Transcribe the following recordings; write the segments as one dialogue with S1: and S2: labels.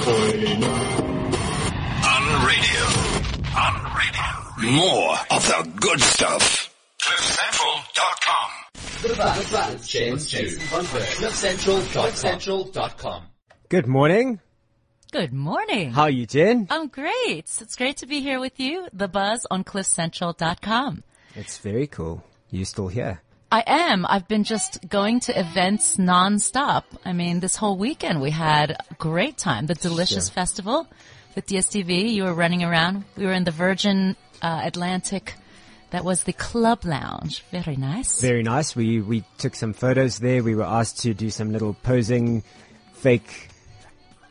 S1: coin.
S2: On radio. On radio. More of the good stuff. CliffCentral.com.
S3: Goodbye. Goodbye. It's James Jason Funfair. CliffCentral.com.
S4: Good morning.
S5: Good morning.
S4: How you doing?
S5: I'm great. It's great to be here with you. The buzz on cliffcentral.com.
S4: It's very cool. You still here?
S5: I am. I've been just going to events nonstop. I mean, this whole weekend we had a great time. The Delicious
S4: Sure.
S5: Festival with DSTV. You were running around. We were in the Virgin uh, Atlantic. That was the club lounge. Very nice.
S4: Very nice. We we took some photos there. We were asked to do some little posing, fake,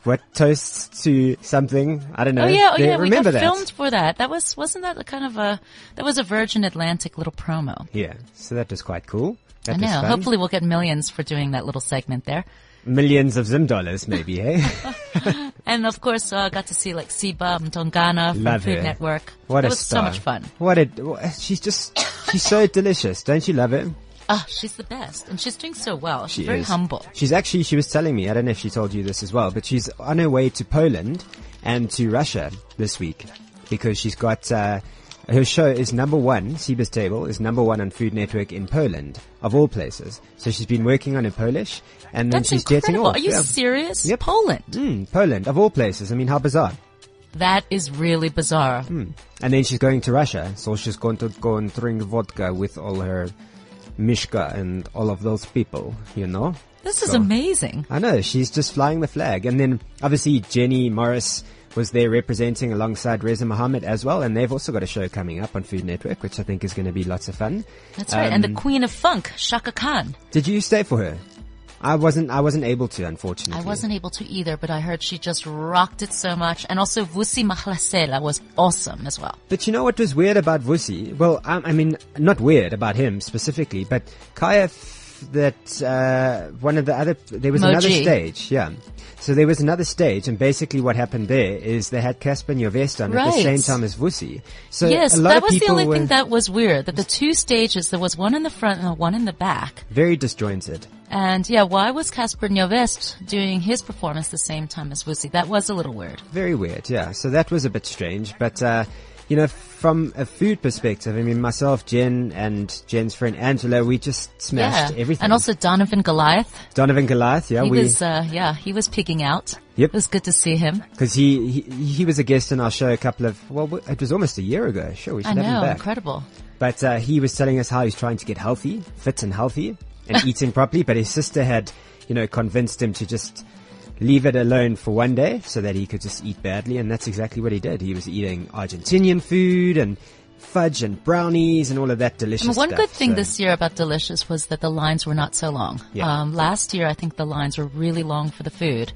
S4: what toasts to something. I don't know.
S5: Oh yeah, oh
S4: They-
S5: yeah, we got
S4: remember that?
S5: filmed for that. That was wasn't that a kind of a that was a Virgin Atlantic little promo.
S4: Yeah. So that was quite cool. That
S5: I
S4: was
S5: know.
S4: fun.
S5: Hopefully we'll get millions for doing that little segment there.
S4: millions of Zim dollars, maybe. eh? Hey,
S5: And of course, uh, got to see like Siba Mtongana from
S4: Love
S5: Food
S4: her.
S5: Network.
S4: what a
S5: that was
S4: star!
S5: so much fun.
S4: What a wha- she's just she's so delicious. Don't you love it?
S5: Ah, she's the best, and she's doing so well. She's
S4: She
S5: very
S4: is.
S5: humble.
S4: She's actually, she was telling me, I don't know if she told you this as well, but she's on her way to Poland and to Russia this week because she's got, uh, her show is number one, Siba's Table is number one on Food Network in Poland, of all places. So she's been working on her Polish and then
S5: That's
S4: she's jetting
S5: incredible.
S4: off.
S5: Are you
S4: Yeah.
S5: serious?
S4: Yep.
S5: Poland.
S4: Mm, Poland, of all places. I mean, how bizarre.
S5: That is really bizarre.
S4: And then she's going to Russia, so she's going to go and drink vodka with all her Mishka and all of those people, you know?
S5: This is amazing.
S4: I know, she's just flying the flag. And then obviously Jenny Morris was there representing alongside Reza Mohammed as well, and they've also got a show coming up on Food Network, which I think is going to be lots of fun.
S5: That's right. and the
S4: Um,
S5: Queen of Funk, Shaka Khan.
S4: Did you stay for her? I wasn't. I wasn't able to, unfortunately.
S5: I wasn't able to either, but I heard she just rocked it so much. And also Vusi Mahlasela was awesome as well.
S4: But you know what was weird about Vusi? Well, um, I, I mean, not weird about him specifically, but Kaya, f- that uh, one of the other, there was another
S5: Moji.
S4: stage, yeah. So there was another stage, and basically what happened there is they had Casper Nyovest on at the
S5: Right.
S4: same time as Vusi. So
S5: yes,
S4: Uh, a lot
S5: that
S4: of
S5: was the
S4: people
S5: only
S4: were
S5: thing that was weird. That the two stages, there was one in the front and one in the back.
S4: very disjointed.
S5: And yeah, why was Casper Nyovest doing his performance the same time as Wusi? That was a little weird.
S4: Very weird, yeah. So that was a bit strange, but uh, you know, from a food perspective, I mean, myself, Jen, and Jen's friend Angela, we just smashed
S5: yeah.
S4: everything.
S5: And also Donovan Goliath.
S4: Donovan Goliath, yeah,
S5: He
S4: we
S5: was, uh, yeah, he was pigging out.
S4: Yep.
S5: It was good to see him.
S4: Because he, he he was a guest on our show a couple of well w- it was almost a year ago. Sure, we should
S5: I
S4: have him
S5: know,
S4: back.
S5: incredible.
S4: But uh, he was telling us how he's trying to get healthy, fit and healthy, and eating properly. But his sister had, you know, convinced him to just leave it alone for one day so that he could just eat badly, and that's exactly what he did. He was eating Argentinian food and fudge and brownies and all of that delicious.
S5: And one
S4: stuff,
S5: good thing
S4: so-
S5: this year about Delicious was that the lines were not so long.
S4: Yeah.
S5: Um, last year, I think the lines were really long for the food.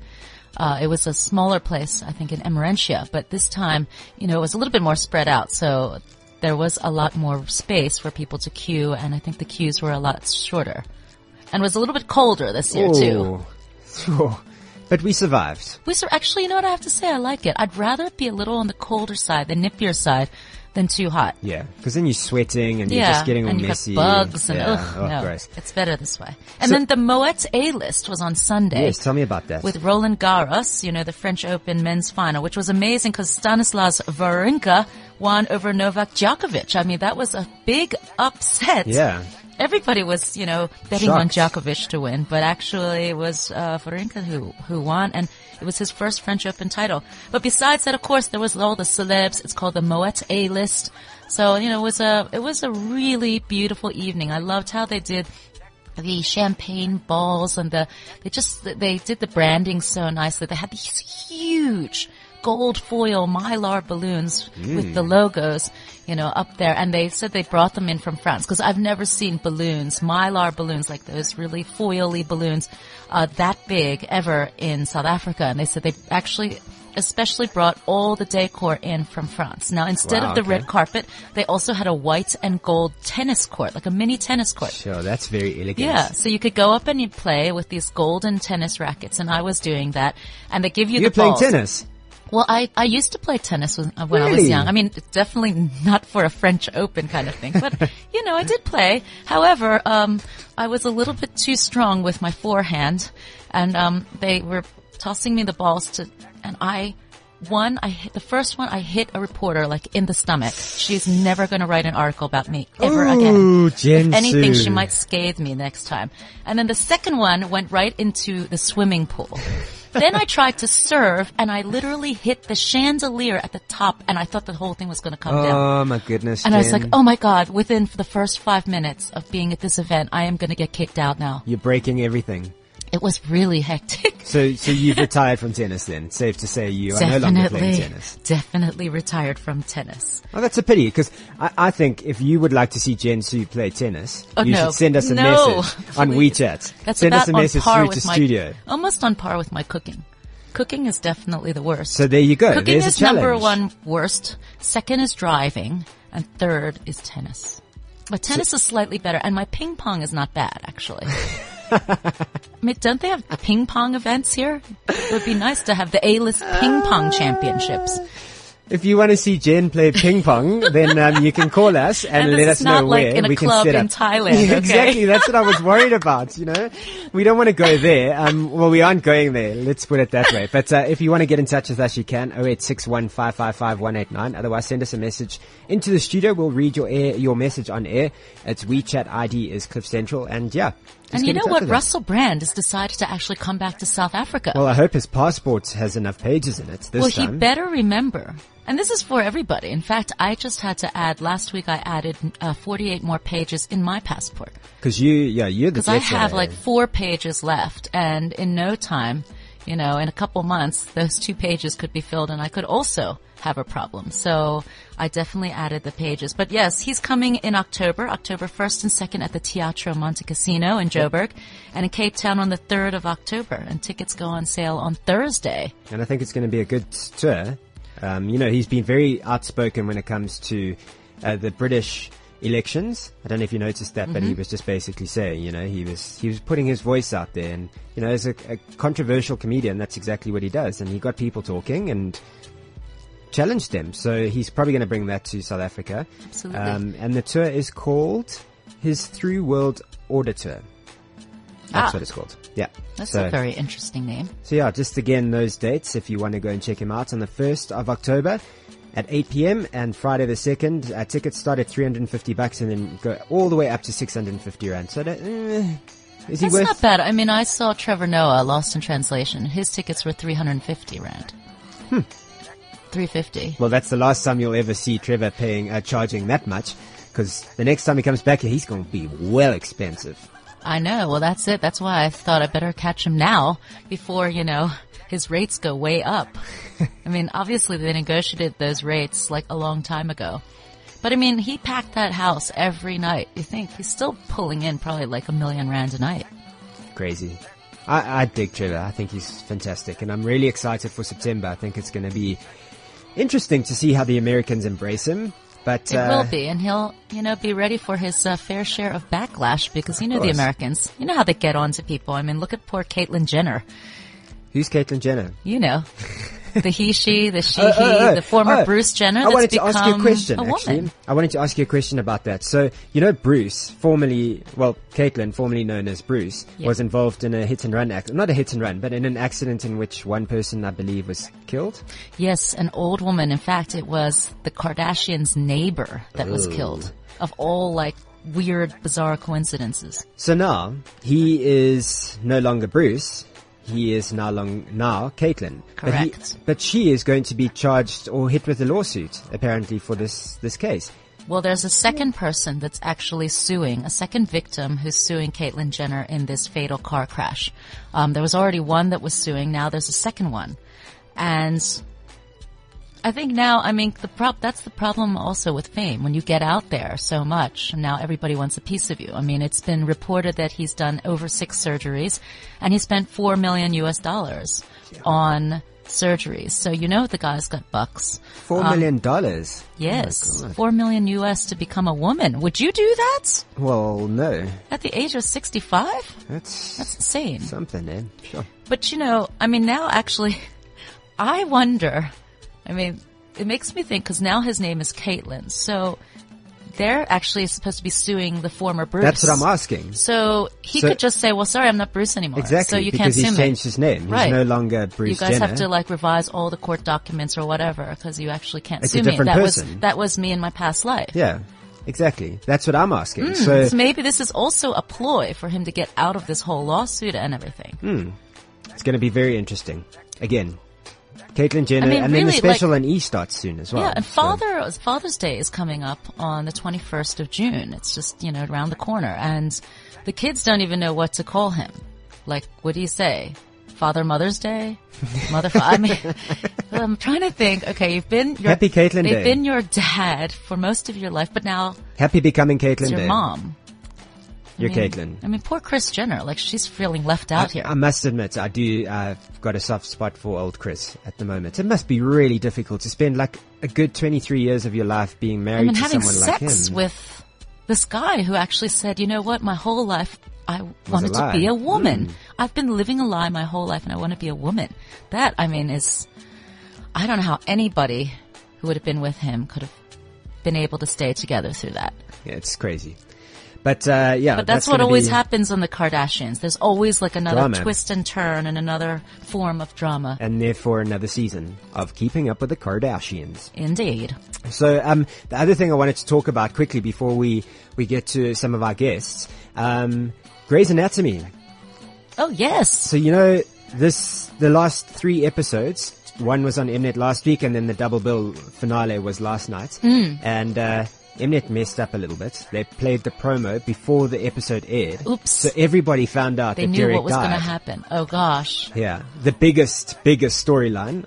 S5: Uh, it was a smaller place, I think, in Emerentia, but this time, you know, it was a little bit more spread out, so there was a lot more space for people to queue, and I think the queues were a lot shorter. And it was a little bit colder this year, too.
S4: Oh. Phew. But we survived.
S5: We sur- actually, you know what I have to say? I like it. I'd rather it be a little on the colder side, the nippier side, than too hot.
S4: Yeah, because then you're sweating and
S5: yeah,
S4: you're just getting all
S5: and
S4: messy.
S5: you got bugs and
S4: yeah.
S5: ugh,
S4: oh,
S5: no,
S4: gross.
S5: it's better this way. And then the Moet A List was on Sunday
S4: Yes, tell me about that.
S5: with Roland Garros, you know, the French Open men's final, which was amazing because Stanislas Wawrinka won over Novak Djokovic. I mean, that was a big upset.
S4: Yeah.
S5: Everybody was, you know, betting on
S4: Shocked.
S5: Djokovic to win, but actually it was uh, Wawrinka who who won, and it was his first French Open title. But besides that, of course, there was all the celebs. It's called the Moet A List. So you know, it was a it was a really beautiful evening. I loved how they did the champagne balls and the they just they did the branding so nicely. They had these huge gold foil mylar balloons with
S4: Mm.
S5: the logos, you know, up there. And they said they brought them in from France because I've never seen balloons, mylar balloons like those really foily balloons, uh, that big ever in South Africa. And they said they actually especially brought all the decor in from France. Now instead
S4: Wow,
S5: of the
S4: okay.
S5: red carpet, they also had a white and gold tennis court, like a mini tennis court.
S4: Sure, that's very elegant.
S5: Yeah, so you could go up and you play with these golden tennis rackets, and I was doing that, and they give you
S4: You're
S5: the
S4: playing
S5: balls.
S4: tennis.
S5: Well, I, I used to play tennis when, uh, when I was
S4: Really?
S5: young. I mean, definitely not for a French Open kind of thing, but you know, I did play. However, um, I was a little bit too strong with my forehand, and um, they were tossing me the balls to and I, one, I hit, the first one, I hit a reporter like in the stomach. She's never going to write an article about me ever again.
S4: Ooh,
S5: If anything,
S4: Jinsu.
S5: she might scathe me next time. And then the second one went right into the swimming pool. then I tried to serve and I literally hit the chandelier at the top and I thought the whole thing was going to come down.
S4: Oh my goodness.
S5: And I was
S4: Jen.
S5: like, oh my god, within the first five minutes of being at this event, I am gonna get kicked out now.
S4: You're breaking everything.
S5: It was really hectic.
S4: So, so you've retired from tennis then. Safe to say you are no longer playing
S5: definitely,
S4: tennis.
S5: definitely retired from tennis.
S4: Oh, that's a pity because I, I think if you would like to see Jen Su play tennis,
S5: Oh,
S4: you
S5: no.
S4: should send us a
S5: No,
S4: message on
S5: please.
S4: WeChat.
S5: That's
S4: send
S5: about
S4: us a
S5: on
S4: message
S5: par
S4: through
S5: with
S4: to
S5: my,
S4: studio.
S5: Almost on par with my cooking. Cooking is definitely the worst.
S4: So there you go.
S5: cooking
S4: There's
S5: is
S4: a challenge.
S5: number one worst. Second is driving, and third is tennis. But tennis is slightly better, and my ping pong is not bad actually. I mean, don't they have ping pong events here? It would be nice to have the A-list ping pong championships.
S4: If you want to see Jen play ping pong, then um, you can call us and,
S5: And this
S4: let us
S5: is not
S4: know
S5: like
S4: where
S5: in a
S4: we can
S5: club
S4: set up.
S5: in Thailand, okay?
S4: exactly, that's what I was worried about. You know, we don't want to go there. Um, well, we aren't going there. Let's put it that way. But uh, if you want to get in touch with us, you can 0861555189. Otherwise, send us a message into the studio. We'll read your air, your message on air. It's WeChat ID is Cliff Central, and yeah. just
S5: And you
S4: get in
S5: know
S4: touch
S5: what?
S4: with us.
S5: Russell Brand has decided to actually come back to South Africa.
S4: Well, I hope his passport has enough pages in it this
S5: Well,
S4: time.
S5: he better remember. And this is for everybody. In fact, I just had to add, last week I added uh, 48 more pages in my passport.
S4: Because you, yeah, you're the
S5: Because I
S4: jet
S5: have
S4: setter.
S5: like four pages left and in no time, you know, in a couple months, those two pages could be filled and I could also have a problem. So I definitely added the pages. But yes, he's coming in October, October 1st and 2nd at the Teatro Monte Cassino in Joburg and in Cape Town on the 3rd of October and tickets go on sale on Thursday.
S4: and I think it's going to be a good tour. Um, you know, he's been very outspoken when it comes to uh, the British elections. I don't know if you noticed that,
S5: Mm-hmm.
S4: but he was just basically saying, you know, he was he was putting his voice out there, and you know, as a, a controversial comedian, that's exactly what he does, and he got people talking and challenged them. So he's probably going to bring that to South Africa.
S5: Absolutely.
S4: Um, and the tour is called his Through World Auditor. That's
S5: Ah.
S4: what it's called. Yeah.
S5: That's
S4: So-
S5: a very interesting name.
S4: so yeah, just again those dates if you want to go and check him out on the 1st of October at 8 p.m. and Friday the 2nd. Uh, tickets start at 350 bucks and then go all the way up to 650 rand. So that, eh, is he
S5: That's
S4: worth?
S5: not bad. I mean, I saw Trevor Noah Lost in Translation. His tickets were 350 rand. Hmm. 350.
S4: Well, that's the last time you'll ever see Trevor paying uh, charging that much because the next time he comes back here, he's going to be well expensive.
S5: I know. Well, that's it. That's why I thought I better catch him now before, you know, his rates go way up. I mean, obviously they negotiated those rates like a long time ago. But I mean, he packed that house every night. You think he's still pulling in probably like a million rand a night.
S4: crazy. I, I dig Trevor. I think he's fantastic, and I'm really excited for September. I think it's going to be interesting to see how the Americans embrace him. But
S5: It
S4: uh,
S5: will be, and he'll, you know, be ready for his uh, fair share of backlash because you know the
S4: course.
S5: Americans, you know how they get on to people. I mean, look at poor Caitlyn Jenner.
S4: who's Caitlyn Jenner?
S5: You know, the he, she, the she,
S4: Oh,
S5: he,
S4: oh, oh.
S5: the former
S4: Oh,
S5: Bruce Jenner.
S4: I
S5: That's
S4: wanted to
S5: become
S4: ask you a question.
S5: A woman.
S4: actually, I wanted to ask you a question about that. So you know, Bruce, formerly well, Caitlin, formerly known as Bruce,
S5: Yeah.
S4: was involved in a hit and run act. Not a hit and run, but in an accident in which one person, I believe, was killed.
S5: Yes, an old woman. In fact, it was the Kardashians' neighbor that was killed. Of all like weird, bizarre coincidences.
S4: So now he is no longer Bruce. He is now long now Caitlin. But,
S5: Correct.
S4: he, but she is going to be charged or hit with a lawsuit apparently for this this case.
S5: Well, there's a second person that's actually suing, a second victim who's suing Caitlyn Jenner in this fatal car crash. Um, there was already one that was suing. Now there's a second one, and I think now, I mean, the prob- that's the problem also with fame. When you get out there so much, and now everybody wants a piece of you. I mean, it's been reported that he's done over six surgeries, and he spent four million U.S. dollars on surgeries. So you know the guy's got bucks.
S4: Four million dollars.
S5: Yes, four million US to become a woman. Would you do that
S4: Well, no,
S5: at the age of 65?
S4: that's,
S5: That's insane.
S4: something, then. Sure.
S5: But you know, I mean, now actually, I wonder. I mean, it makes me think because now his name is Caitlyn. So they're actually supposed to be suing the former Bruce.
S4: That's what I'm asking.
S5: So he
S4: So-
S5: could just say, "Well, sorry, I'm not Bruce anymore."
S4: Exactly.
S5: So you
S4: because
S5: can't sue
S4: he's
S5: me.
S4: changed his name.
S5: Right.
S4: He's no longer Bruce
S5: you guys
S4: Jenner.
S5: have to like revise all the court documents or whatever because you actually can't
S4: It's a
S5: sue me.
S4: different
S5: That
S4: person.
S5: was that was me in my past life.
S4: yeah. Exactly. That's what I'm asking.
S5: Hmm,
S4: so
S5: So maybe this is also a ploy for him to get out of this whole lawsuit and everything.
S4: Hmm. it's going to be very interesting. Again, Caitlyn Jenner,
S5: I mean,
S4: and then the
S5: really, like-
S4: special on E starts soon as well.
S5: Yeah, and
S4: So-
S5: Father Father's Day is coming up on the 21st of June. It's just, you know, around the corner and the kids don't even know what to call him. Like, what do you say? Father Mother's Day? Mother I mean, I'm trying to think. Okay, you've been your
S4: Happy Caitlin
S5: They've
S4: Day.
S5: been your dad for most of your life, but now
S4: Happy becoming Caitlyn
S5: it's your
S4: Day.
S5: mom.
S4: You're
S5: I mean-
S4: Caitlyn.
S5: I mean, poor Chris Jenner. Like, she's feeling left out here.
S4: I must admit, I do. I've got a soft spot for old Chris at the moment. It must be really difficult to spend like a good 23 years of your life being married
S5: I mean,
S4: to
S5: having
S4: someone like
S5: sex
S4: him.
S5: with this guy who actually said, you know what, my whole life I wanted to
S4: lie." Mm.
S5: be a woman. I've been living a lie my whole life and I want to be a woman. That, I mean, is, I don't know how anybody who would have been with him could have been able to stay together through that.
S4: yeah, it's crazy. But uh, yeah,
S5: But that's, what
S4: gonna
S5: always
S4: be-
S5: happens on the Kardashians. There's always like another
S4: Drama.
S5: twist and turn and another form of drama.
S4: And therefore, another season of Keeping Up with the Kardashians.
S5: Indeed.
S4: So, um, the other thing I wanted to talk about quickly before we we get to some of our guests, um, Grey's Anatomy.
S5: Oh yes.
S4: So you know this the last three episodes. One was on Mnet last week, and then the double bill finale was last night.
S5: Hmm.
S4: And uh, Mnet messed up a little bit. They played the promo before the episode aired.
S5: Oops.
S4: So everybody found out
S5: They
S4: that
S5: knew
S4: Derek
S5: what was going to
S4: died.
S5: happen. Oh gosh.
S4: Yeah, the biggest, biggest storyline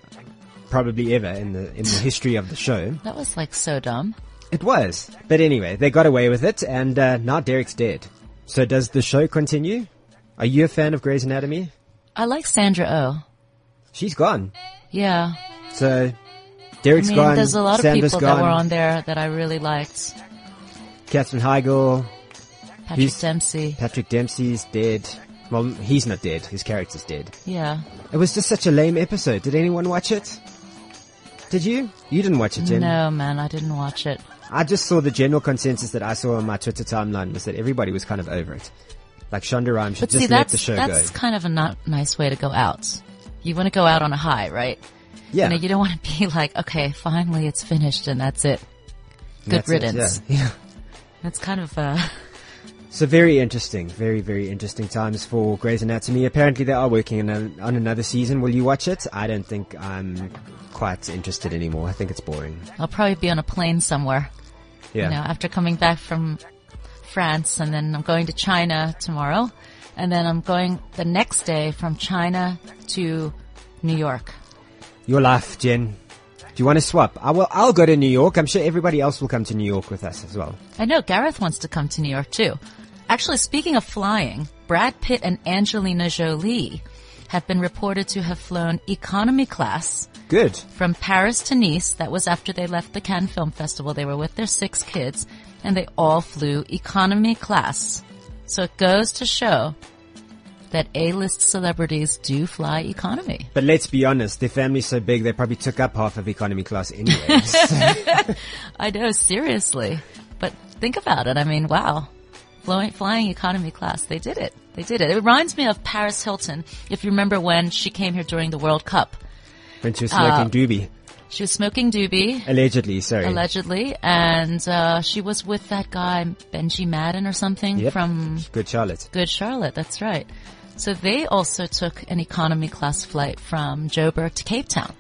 S4: probably ever in the in the history of the show.
S5: That was like so dumb.
S4: It was, but anyway, they got away with it, and uh, now Derek's dead. So does the show continue? Are you a fan of Grey's Anatomy?
S5: I like Sandra Oh.
S4: She's gone.
S5: Yeah.
S4: So Derek's
S5: I mean,
S4: gone.
S5: there's a lot of
S4: Sandra's
S5: people
S4: gone.
S5: that were on there that I really liked.
S4: Catherine Heigl,
S5: Patrick
S4: He's-
S5: Dempsey.
S4: Patrick Dempsey's dead. Well, he's not dead. His character's dead.
S5: Yeah.
S4: It was just such a lame episode. Did anyone watch it? Did you? You didn't watch it, Jen.
S5: No, man, I didn't watch it.
S4: I just saw the general consensus that I saw on my Twitter timeline was that everybody was kind of over it. Like Shonda Rhimes should
S5: But
S4: just
S5: see,
S4: let
S5: that's,
S4: the show
S5: that's
S4: go.
S5: kind of a not nice way to go out. You want to go out on a high, right?
S4: Yeah.
S5: You know, you don't want to be like, okay, finally it's finished and that's it. Good
S4: That's it,
S5: riddance.
S4: yeah. yeah.
S5: That's kind of, uh,
S4: So very interesting, very very interesting times for Grey's Anatomy. Apparently they are working on, on another season. Will you watch it? I don't think I'm quite interested anymore. I think it's boring.
S5: I'll probably be on a plane somewhere.
S4: Yeah,
S5: You know, after coming back from France and then I'm going to China tomorrow and then I'm going the next day from China to New York.
S4: your life, Jen. Do you want to swap? I will. I'll go to New York. I'm sure everybody else will come to New York with us as well.
S5: I know Gareth wants to come to New York too. Actually, speaking of flying, Brad Pitt and Angelina Jolie have been reported to have flown economy class
S4: Good.
S5: from Paris to Nice. That was after they left the Cannes Film Festival. They were with their six kids and they all flew economy class. So it goes to show that A-list celebrities do fly economy.
S4: But let's be honest, their family's so big they probably took up half of economy class anyway.
S5: I know, seriously. But think about it. I mean, wow. Flying, flying economy class. They did it. They did it. It reminds me of Paris Hilton. If you remember when she came here during the World Cup,
S4: when she was
S5: Uh,
S4: smoking doobie,
S5: she was smoking doobie,
S4: allegedly. Sorry.
S5: allegedly, and uh, she was with that guy, Benji Madden or something
S4: Yep.
S5: from
S4: Good Charlotte.
S5: Good Charlotte. That's right. So they also took an economy class flight from Joburg to Cape Town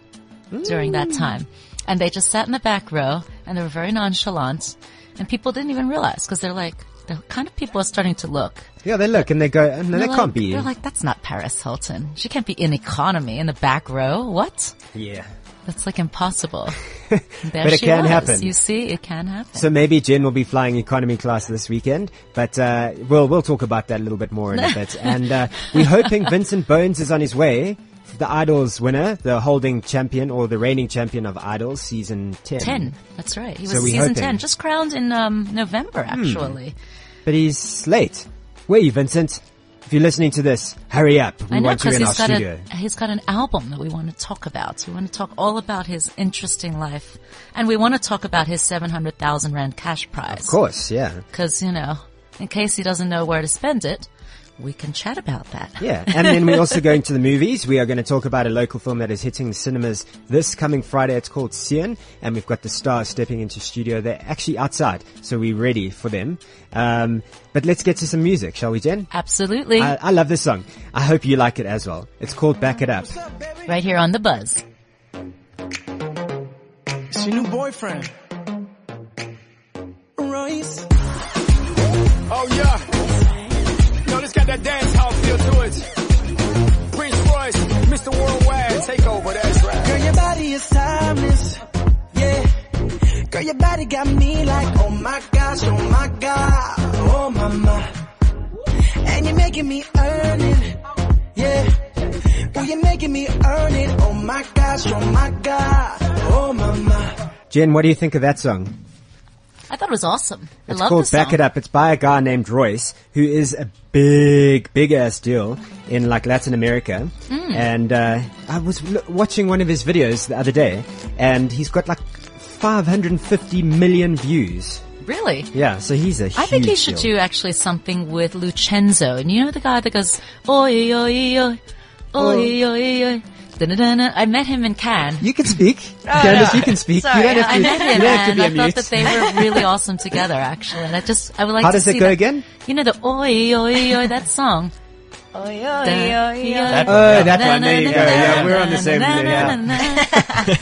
S5: during that time. And they just sat in the back row and they were very nonchalant and people didn't even realize because they're like, the kind of people are starting to look.
S4: Yeah, they look and they go, oh, no,
S5: They're
S4: that
S5: like,
S4: can't be.
S5: They're like, that's not Paris Hilton. She can't be in economy in the back row. What?
S4: yeah.
S5: That's like impossible. There
S4: But it
S5: she
S4: can
S5: was.
S4: happen.
S5: You see, it can happen.
S4: So maybe Jen will be flying economy class this weekend, but uh, we'll we'll talk about that a little bit more in a bit. And uh, we're hoping Vincent Bones is on his way, the Idols winner, the holding champion or the reigning champion of Idols season ten.
S5: 10. That's right. He was
S4: So we
S5: season
S4: hoping. Hmm.
S5: 10, just crowned in um, November, actually.
S4: but he's late. Where are you, Vincent? if you're listening to this, hurry up. We
S5: I know
S4: want you
S5: because
S4: in our
S5: he's got
S4: studio.
S5: a, he's got an album that we want to talk about. We want to talk all about his interesting life, and we want to talk about his seven hundred thousand rand cash
S4: Of
S5: prize.
S4: course, yeah.
S5: because you know, in case he doesn't know where to spend it, we can chat about that.
S4: Yeah, and then we're also going to the movies. We are going to talk about a local film that is hitting the cinemas this coming Friday. It's called Sien, and we've got the stars stepping into studio. They're actually outside, so we're ready for them. Um, but let's get to some music, shall we, Jen?
S5: Absolutely,
S4: I, I love this song. I hope you like it as well. It's called Back It Up.
S5: right here on the Buzz.
S1: She new boyfriend. Royce.
S6: Oh yeah. Yo, this got that dance hall feel to it. Prince Royce, Mr. Worldwide, take over, that's right.
S1: Girl, your body is timeless. Yeah. Girl, your body got me like, oh my gosh, oh my god, oh mama. And you're making me earn it. Yeah. Girl, you're making me earn it. Oh my gosh, oh my god, oh mama.
S4: Jen, what do you think of that song?
S5: I thought it was awesome. I
S4: It's
S5: love
S4: called
S5: this
S4: Back
S5: song.
S4: It Up. It's by a guy named Royce, who is a big, big ass deal in like Latin America. And uh, I was l- watching one of his videos the other day, and he's got like 550 million views.
S5: Really.
S4: Yeah, so he's a
S5: I think he
S4: huge
S5: should
S4: deal.
S5: do actually something with Lucenzo. And you know the guy that goes, oi, oi, oi, oi, oi, oi. Da-da-da-da. I met him in Cannes.
S4: You can speak, Candice.
S5: no.
S4: You can speak.
S5: Sorry,
S4: you don't have to.
S5: I met
S4: you
S5: him
S4: don't have to
S5: and
S4: be
S5: I
S4: on
S5: thought
S4: mute.
S5: that they were really awesome together, actually. And I just, I would like
S4: How
S5: to
S4: does
S5: see
S4: it go
S5: that-
S4: again?
S5: You know the oi, oi, oi, that song. Oi, oi, oi, oi.
S4: Oh, that one. There you go. Yeah, we're on the same. Yeah.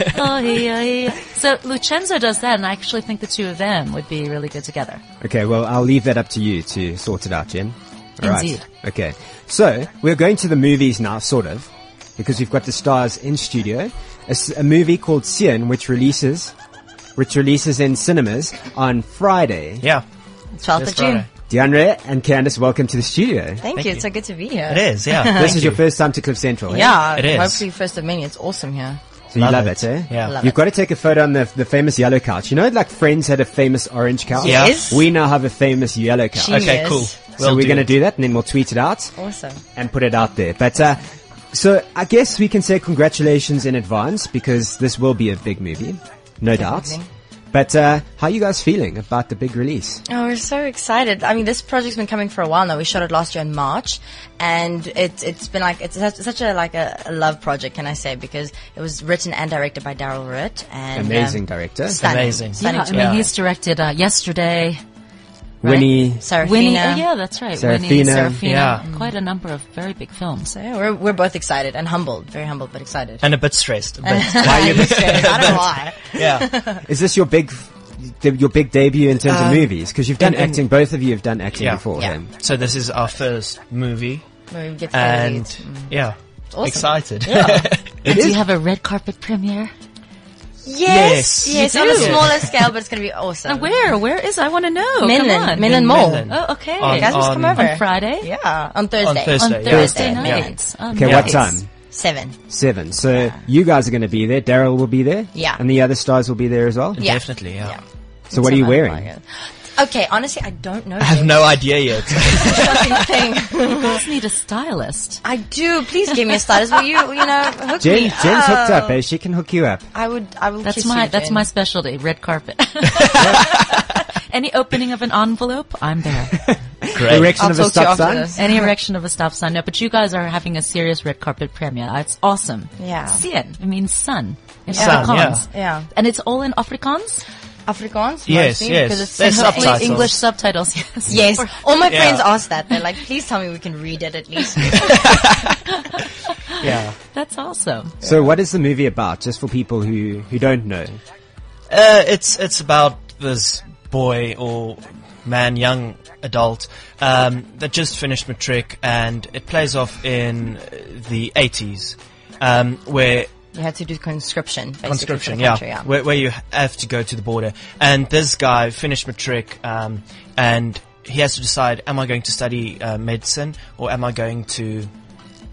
S5: yeah. So Lucenzo does that, and I actually think the two of them would be really good together.
S4: Okay, well, I'll leave that up to you to sort it out, Jen. All right.
S5: Indeed.
S4: Okay. So, we're going to the movies now, sort of, because we've got the stars in studio. A, s- a movie called Sien, which releases, which releases in cinemas on Friday.
S7: Yeah.
S8: 12th
S7: This
S8: of June.
S7: Friday.
S4: DeAndre and Candice, welcome to the studio.
S8: Thank, you. It's so good to be here.
S7: It is, yeah.
S4: this
S7: Thank
S4: is
S7: you.
S4: your first time to Cliff Central. eh?
S8: Yeah,
S7: It is.
S8: hopefully first of many. It's awesome here.
S4: So you love it, eh?
S7: Yeah.
S8: Love
S4: You've
S8: it.
S4: got to take a photo on the, the famous yellow couch. You know, like Friends had a famous orange couch?
S7: Yeah.
S8: Yes.
S4: We now have a famous yellow couch.
S8: Genius.
S7: Okay, cool.
S4: so
S7: Will
S4: we're
S7: do.
S4: going to do that and then we'll tweet it out.
S8: Awesome.
S4: and put it out there. But uh, so I guess we can say congratulations in advance because this will be a big movie, no doubt.
S8: Definitely.
S4: But uh, how are you guys feeling about the big release?
S8: Oh, we're so excited. I mean, this project's been coming for a while now. We shot it last year in March and it, it's been like, it's such- such a, like a, a love project, can I say, because it was written and directed by Daryl Ritt and.
S4: Amazing
S8: um,
S4: director,
S8: Stunning.
S7: Amazing.
S5: Yeah,
S8: Stunning.
S5: I mean, he's directed uh, yesterday.
S4: Winnie.
S8: Serafina.
S5: Winnie, oh, yeah, that's right. Winnie,
S4: Serafina.
S5: Serafina, Mm.
S7: Yeah.
S5: quite a number of very big films.
S8: So yeah, we're, we're both excited and humbled, very humbled, but excited.
S7: And a bit stressed. A bit.
S8: Why you say? I don't know why.
S7: yeah.
S4: Is this your big, your big debut in terms of movies? Because you've done
S7: in- in-
S4: acting. Both of you have done acting
S7: Yeah.
S4: before.
S8: Um, Yeah.
S4: um,
S7: So this is our first movie.
S8: Maybe we get
S7: And
S8: and
S7: yeah.
S8: Awesome.
S7: Excited.
S5: Do you have a red carpet premiere?
S7: Yes.
S8: Yes, yes,
S5: You
S8: on a
S5: do.
S8: smaller scale, but it's going to be awesome.
S5: Uh, where? Where is? I want to know. Come
S8: Mainland,
S5: on.
S8: Mainland Mall.
S7: Mainland.
S5: Oh, okay.
S7: On-
S8: Guys, must come
S7: on-
S8: over.
S5: on Friday.
S8: Yeah, on Thursday.
S7: Thursday,
S5: On
S7: yeah.
S5: Thursday
S8: Yeah.
S5: nights. Oh,
S4: Okay, what
S5: nice.
S4: time?
S8: Seven.
S4: Seven. So you guys are going to be there. Daryl will be there.
S8: Yeah.
S4: And the other stars will be there as well.
S8: Yeah.
S7: Definitely, yeah.
S4: So what are you wearing?
S8: Oh Okay, honestly, I don't know.
S7: I have no idea yet.
S5: You guys need a stylist.
S8: I do. Please give me a stylus. Will you, you know, hook
S4: Jen,
S8: me
S4: Jen's hooked
S8: up.
S4: up. Eh? She can hook you up.
S8: I would. I will.
S5: That's
S8: kiss
S5: my
S8: you,
S5: that's
S8: Jen.
S5: my specialty. Red carpet. Any opening of an envelope, I'm there.
S7: Great.
S4: Direction
S8: I'll
S4: of a
S8: talk to
S4: stop
S8: you after
S4: sign.
S8: this.
S5: Any erection of a stop sign, no. But you guys are having a serious red carpet premiere. It's awesome.
S8: Yeah.
S5: Sien, it means sun in
S7: Sun,
S5: Afrikaans.
S8: yeah. Yeah.
S5: And it's all in Afrikaans?
S8: Afrikaans.
S7: Yes,
S8: mostly,
S7: yes.
S8: Because it's
S7: There's
S8: hopefully
S7: subtitles.
S8: English.
S5: English subtitles, yes.
S8: Yes.
S5: Or-
S8: All my
S7: Yeah.
S8: friends asked that. They're like, please tell me we can read it at least.
S7: yeah.
S5: That's awesome.
S4: So what is the movie about? Just for people who, who don't know.
S7: Uh, it's it's about this boy or man, young adult um, that just finished matric, and it plays off in uh, the eighties, um, where
S8: you had to do conscription. Basically,
S7: conscription,
S8: for the country,
S7: yeah, where, where you have to go to the border. And this guy finished matric, um, and he has to decide: Am I going to study uh, medicine or am I going to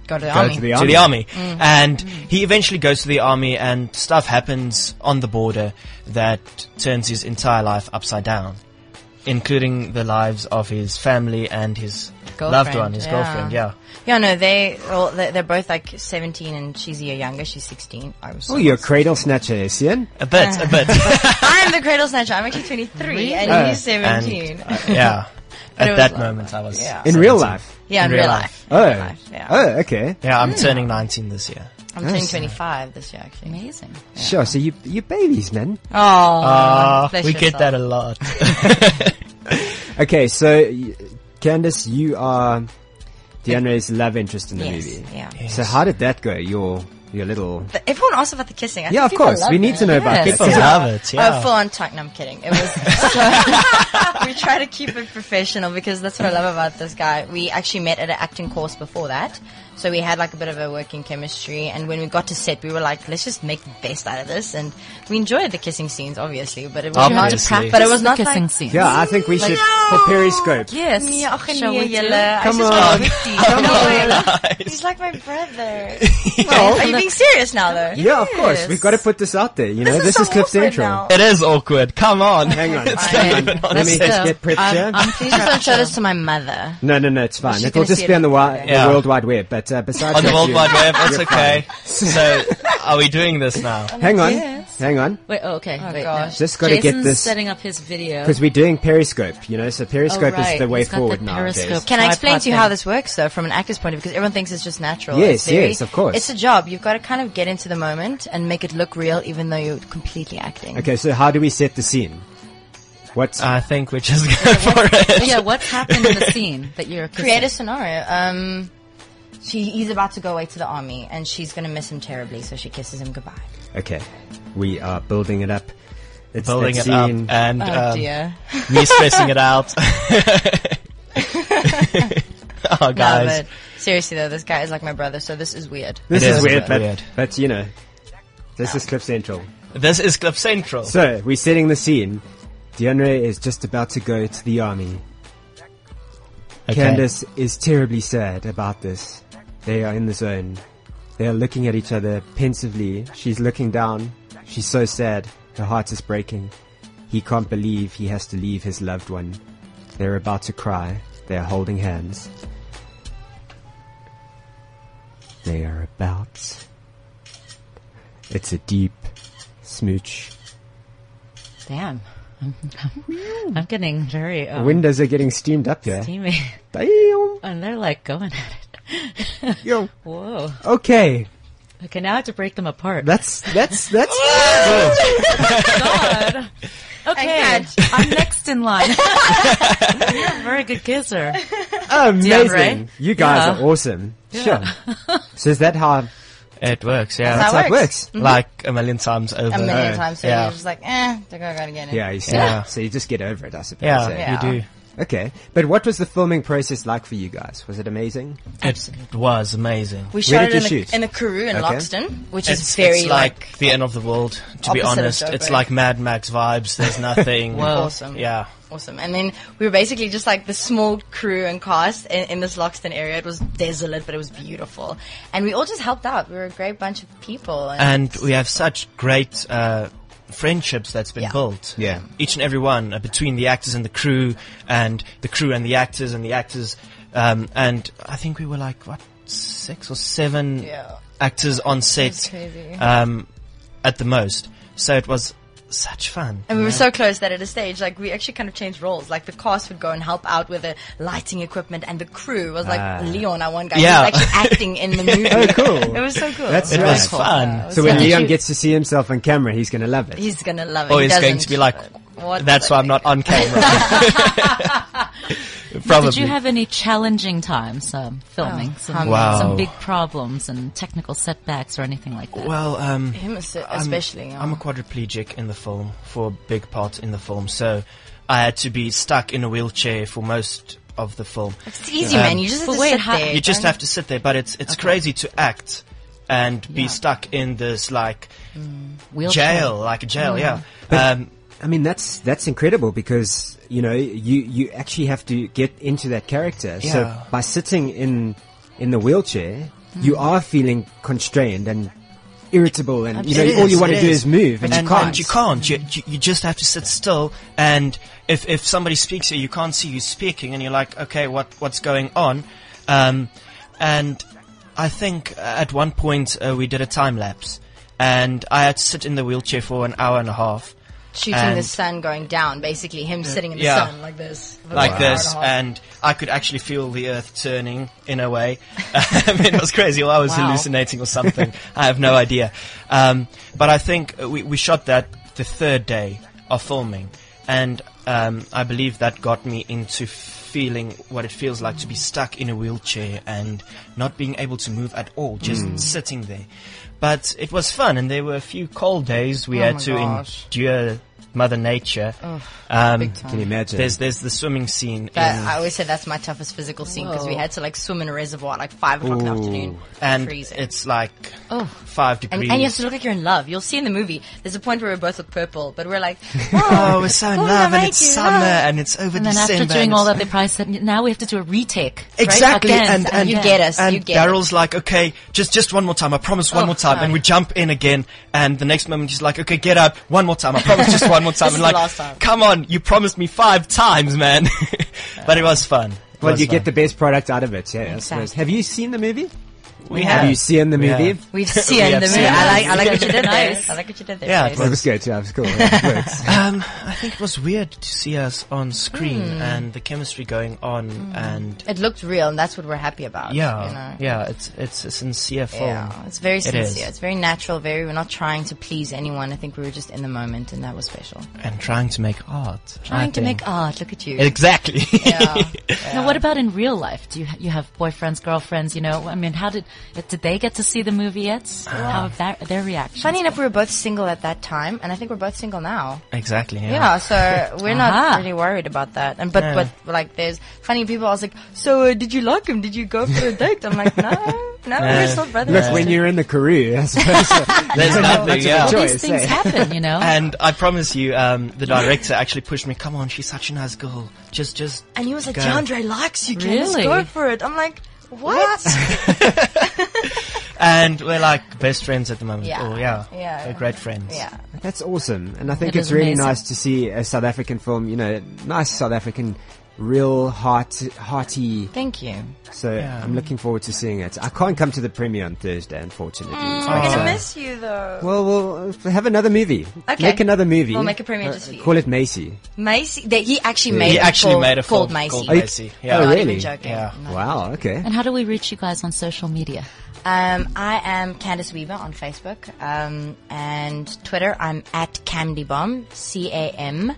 S8: Go to the
S4: Go
S8: army.
S4: to the
S7: to
S4: army.
S7: the army.
S8: Mm.
S7: And he eventually goes to the army and stuff happens on the border that turns his entire life upside down, including the lives of his family and his
S8: girlfriend.
S7: loved one, his girlfriend, yeah.
S8: Yeah, no, they, well, they- they're both like 17 and she's a year younger. She's 16. I was
S4: Oh, you're a cradle snatcher, Essien.
S7: A bit, a bit.
S8: I'm the cradle snatcher. I'm actually 23 and he's 17.
S7: And, uh, yeah.
S8: it
S7: At
S8: was
S7: that
S8: like-
S7: moment, I was.
S8: Yeah.
S4: In
S7: 17.
S4: real life.
S8: yeah,
S7: in
S8: in, real
S7: real
S8: life.
S4: Oh.
S8: In real life, yeah.
S4: Oh, okay.
S7: Yeah,
S8: Hmm.
S7: I'm turning 19 this year.
S8: I'm turning 25 this year, actually.
S5: Amazing.
S4: Sure. So you you babies, man.
S8: Oh,
S4: Uh,
S7: Ah,
S8: bless
S7: we get
S8: yourself.
S7: that a lot.
S4: Okay. So, y- Candice, you are DeAndre's love interest in the
S8: Yes,
S4: movie.
S8: yeah.
S4: So how did that go? Your your little.
S8: But Everyone asks about the kissing. I
S4: Yeah, of
S8: think people
S4: course.
S8: love
S4: We
S8: it.
S4: need to know about
S5: Yes.
S4: this.
S7: People love it,
S8: Oh,
S7: yeah.
S8: full on tight. No, I'm kidding. It was. so- we try to keep it professional because that's what I love about this guy. We actually met at an acting course before that, so we had like a bit of a working chemistry. And when we got to set, we were like, let's just make the best out of this. And we enjoyed the kissing scenes, obviously, but it was
S5: You have
S7: Obvious.
S8: not.
S5: to
S7: Obviously.
S5: practice
S8: But it was not
S5: the kissing
S8: like-
S5: scene.
S4: Yeah, I think we should for Periscope.
S5: Yes.
S8: Nee, ach,
S5: Shall
S8: nee,
S5: we do?
S8: julle.
S4: Come
S8: I just
S4: on.
S8: wanna see. No, He's like my brother. Well, are you being serious now, though?
S4: Yeah, of course. We've got to put this out there. You know, this, is
S8: so
S4: Cliff's
S8: awkward
S4: intro.
S8: now.
S7: It is awkward. Come on.
S4: Hang on.
S7: It's
S8: fine.
S7: not even on
S4: Let
S7: the
S4: me
S7: set.
S4: just get prepped here.
S5: I'm, I'm pleased.
S8: Please don't show this to my mother.
S4: No, no, no, it's fine.
S8: she
S4: It will
S8: gonna
S4: just
S8: see
S4: be
S8: it
S4: on the, wi-
S8: anyway?
S4: the
S7: Yeah.
S4: World Wide Web, but uh, besides
S7: on the
S4: that,
S7: World
S4: you-
S7: Wide Web, it's
S4: you're
S7: okay.
S4: fine.
S7: So, are we doing this now?
S8: Oh,
S4: Hang on,
S5: Yes.
S4: hang on,
S5: Wait, oh, okay. Oh, Wait,
S8: gosh.
S5: No.
S4: Just gotta get
S5: Jason's
S4: this-
S5: setting up his video.
S4: because we're doing Periscope, you know, so Periscope
S5: Oh, right.
S4: is the way
S5: He's got
S4: forward
S5: the
S4: now.
S5: Periscope.
S8: Can I
S5: tripod
S8: explain to you
S5: thing.
S8: how this works, though, from an actor's point of view? Because everyone thinks it's just natural.
S4: Yes,
S8: It's very-
S4: yes, of course.
S8: It's a job. You've got to kind of get into the moment and make it look real, even though you're completely acting.
S4: Okay, so how do we set the scene? What's
S7: I think we're just going for it.
S5: Oh, yeah, what's happened in the scene that you're kissing?
S8: Create a scenario. Um, she, he's about to go away to the army, and she's going to miss him terribly, so she kisses him goodbye.
S4: okay? We are building it up. It's
S7: Building
S4: that
S7: it up
S4: scene.
S7: and
S8: Oh,
S7: um,
S8: dear.
S7: me stressing it out. oh,
S8: No,
S7: guys.
S8: but seriously, though, this guy is like my brother, so this is weird.
S4: This
S7: It
S4: is,
S7: is
S4: weird,
S7: a bit
S4: but
S7: weird.
S4: but you know, this is Cliff Central.
S7: This is Cliff Central.
S4: So we're setting the scene. DeAndre is just about to go to the army.
S7: Okay.
S4: Candace is terribly sad about this. They are in the zone. They are looking at each other pensively. She's looking down. She's so sad. Her heart is breaking. He can't believe he has to leave his loved one. They're about to cry. They are holding hands. They are about. It's a deep smooch.
S5: Damn. I'm, I'm getting very um,
S4: Windows are getting steamed up here.
S5: steamy.
S4: Damn.
S5: And they're like going at it.
S4: Yo.
S5: Whoa.
S4: Okay.
S5: Okay, now I have to break them apart.
S4: That's that's that's.
S5: God. Okay.
S8: can't.
S5: I'm next in line. You're a very good kisser.
S4: Amazing.
S5: Yeah, right?
S4: You guys
S5: Yeah.
S4: are awesome. Sure. so is that how
S7: It works, yeah.
S4: that's
S8: That's how
S4: how
S8: it
S4: it
S8: works.
S4: works?
S7: like a million times over.
S8: Mm-hmm. A million
S4: Oh,
S8: times, so
S7: yeah.
S8: you're just like, eh, I gotta get it.
S4: Yeah, you see.
S7: Mm. Yeah.
S4: So you just get over it, I suppose.
S7: Yeah,
S4: eh?
S8: Yeah.
S7: you do.
S4: Okay. But what was the filming process like for you guys? Was it amazing?
S7: It was amazing.
S8: We
S4: Where
S8: shot it
S4: did
S8: in
S4: you
S8: a,
S4: shoot?
S8: in a Karoo in
S4: Okay.
S8: Loxton, which is very like,
S7: the end of the world. To be
S8: opposite of
S7: honest,
S8: Joburg.
S7: it's like Mad Max vibes. There's nothing.
S8: awesome.
S7: Yeah.
S8: Awesome. And then we were basically just like the small crew and cast in, in this Loxton area. It was desolate, but it was beautiful. And we all just helped out. We were a great bunch of people. And,
S7: And we have such great uh, friendships that's been
S8: Yeah.
S7: built.
S4: Yeah.
S7: Each and every one uh, between the actors and the crew, and the crew and the actors and the actors. Um, and I think we were like what six or seven
S8: Yeah.
S7: actors on set
S8: crazy.
S7: Um, at the most. So it was such fun.
S8: and we were so close that at a stage, like we actually kind of changed roles. Like the cast would go and help out with the lighting equipment and the crew was like
S4: Ah.
S8: Leon, our one guy.
S7: Yeah.
S8: He was actually acting in the movie.
S4: Oh, cool.
S8: It was so cool.
S4: That's
S7: it
S4: Yeah.
S7: was fun.
S4: So when
S8: Yeah.
S4: Leon
S8: Shoot.
S4: gets to see himself on camera, he's going to love it.
S8: He's gonna love it.
S7: or Oh,
S8: He
S7: he's going
S8: doesn't,
S7: to be like,
S8: but what
S7: that's
S8: the-
S7: why I'm not on camera. Probably.
S5: Did you have any challenging times um, filming? some,
S7: Wow.
S5: some big problems and technical setbacks or anything like that?
S7: well, um,
S8: Him es-
S7: I'm-
S8: especially. yeah.
S7: I'm a quadriplegic in the film for a big part in the film, so I had to be stuck in a wheelchair for most of the film.
S8: It's easy, man. You just have
S5: But
S8: to
S5: wait,
S8: sit
S5: how-
S8: there.
S7: You just
S8: don't-
S7: have to sit there, but it's it's crazy to act and be stuck in this like
S5: Wheelchair.
S7: jail, like a jail,
S8: Mm.
S7: yeah. Um,
S4: I mean, that's that's incredible because you know you you actually have to get into that character.
S7: Yeah. Mm.
S4: So by sitting in in the wheelchair, you are feeling constrained and irritable and you know
S7: It
S4: all
S7: is,
S4: you want to
S7: it
S4: do
S7: is.
S4: is move and,
S7: and
S4: you can't.
S7: you can't. You, you, you just have to sit still. And if, if somebody speaks to you, you can't see who's speaking, and you're like, okay, what what's going on? Um, and I think uh, at one point uh, we did a time lapse, and I had to sit in the wheelchair for an hour and a half,
S8: Shooting
S7: And-
S8: the sun going down, basically him sitting in the
S7: Yeah.
S8: sun like this. for
S7: like
S8: an hour
S7: this,
S8: a half.
S7: and I could actually feel the earth turning in a way. I mean, it was crazy, or I was
S8: Wow.
S7: hallucinating or something. I have no idea. Um, but I think uh, we, we shot that the third day of filming, and um, I believe that got me into feeling what it feels like to be stuck in a wheelchair and not being able to move at all, just
S8: Hmm.
S7: sitting there. But it was fun, and there were a few cold days we
S8: Oh
S7: had
S8: my
S7: to
S8: gosh.
S7: endure Mother Nature. um,
S8: Big time.
S4: Can you imagine?
S7: there's there's the swimming scene,
S8: But
S7: in-
S8: I always say that's my toughest physical scene because we had to like swim in a reservoir at like five o'clock in the
S4: Ooh.
S8: afternoon,
S7: and
S8: freezing.
S7: it's like
S8: Oh.
S7: five
S8: and,
S7: degrees.
S8: and you have to look like you're in love. You'll see in the movie. There's a point where we're both look purple, but we're like,
S7: oh,
S8: oh,
S7: we're so in
S8: oh,
S7: love, and
S8: thank
S7: it's
S8: you,
S7: summer,
S8: oh.
S7: and it's over
S5: And then
S7: December.
S5: after doing
S7: and
S5: all
S7: it's-
S5: that, they probably said, now we have to do a retake. right?
S7: Exactly,
S5: Again,
S7: and, and
S8: You
S5: again.
S8: get us,
S7: And
S8: you get
S7: Daryl's like, okay, just just one more time. I promise, one
S8: Oh,
S7: more time. And
S8: God.
S7: we jump in again, and the next moment he's like, okay, get up, one more time. I promise, just one more time.
S8: This
S7: and
S8: is the
S7: like,
S8: last time.
S7: come on, you promised me five times, man. but it was fun. It
S4: well,
S7: was
S4: you
S7: fun.
S4: get the best product out of it. Yeah, I suppose.
S8: Exactly.
S4: Have you seen the movie?
S7: We
S4: have.
S7: have.
S4: you seen the
S7: We
S4: movie?
S7: have.
S8: We've seen the
S7: have
S8: movie.
S7: seen
S8: I
S7: it.
S8: like, I like what you did there.
S5: Nice.
S8: I like what you did there.
S7: Yeah, it
S8: Chase.
S4: That was good. Yeah, it was cool. Yeah, it works.
S7: Um, I think it was weird to see us on screen
S8: Hmm.
S7: and the chemistry going on, and
S8: it looked real, and that's what we're happy about.
S7: yeah,
S8: you know?
S7: yeah, it's it's a sincere film.
S8: Yeah, it's very
S7: It
S8: sincere.
S7: is.
S8: It's very natural. Very, we're not trying to please anyone. I think we were just in the moment, and that was special.
S7: and trying to make art.
S8: Trying to make art. Look at you.
S7: exactly.
S8: yeah.
S5: Now, what about in real life? Do you you have boyfriends, girlfriends? You know, I mean, how did did they get to see the movie yet? How have that, their reaction?
S8: Funny enough, we were both single at that time, and I think we're both single now.
S7: exactly. Yeah. Uh-huh.
S8: Yeah, so we're
S5: Aha.
S8: not really worried about that. And but
S7: Yeah.
S8: but like, there's funny people. I was like, so uh, did you like him? Did you go for a date? I'm like, no, no, we're still brothers.
S4: Look, when you're in the Karoo, I suppose,
S7: There's nothing.
S4: much of a
S7: Yeah.
S4: choice.
S5: These things
S4: eh?
S5: happen, you know.
S7: And I promise you, um, the director actually pushed me. Come on, she's such a nice girl. Just, just.
S8: and he was like,
S7: Go.
S8: DeAndre likes you. Can really?
S5: Really?
S8: go for it. I'm like, what?
S7: And we're like best friends at the moment.
S8: Yeah.
S7: Oh yeah.
S8: Yeah.
S7: We're great friends.
S8: yeah.
S4: That's awesome, and I think
S5: It
S4: it's
S5: is
S4: really
S5: amazing.
S4: nice to see a South African film. You know, nice South African, real heart, hearty.
S8: Thank you.
S4: So I'm looking forward to seeing it. I can't come to the premiere on Thursday, unfortunately.
S8: We're
S4: But, uh,
S8: gonna miss you though.
S4: well, we'll uh, have another movie.
S8: Okay.
S4: Make another movie. Uh,
S8: We'll make a premiere just for you.
S4: Call it Macy.
S8: Macy, that he actually made.
S7: He
S8: it
S7: actually
S8: called,
S7: made a film
S8: called Macy.
S7: Called
S4: you-
S7: Macy. Yeah.
S4: Oh,
S8: Not
S4: really?
S8: even joking.
S7: Yeah.
S8: No.
S4: Wow. Okay.
S5: And how do we reach you guys on social media?
S8: Um, I am Candice Weaver on Facebook um, and Twitter. I'm at Camdybomb, C A M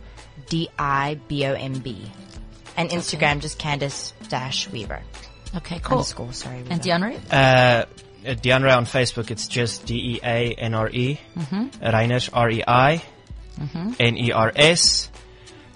S8: D I B O M B, and Instagram just Candice Dash Weaver
S5: Okay, cool.
S8: underscore. Sorry, Weaver.
S5: And Deonre?
S7: Uh, uh, Deanra on Facebook, it's just D E A N R E.
S8: Mm-hmm.
S7: Reiners, R E I N E R S.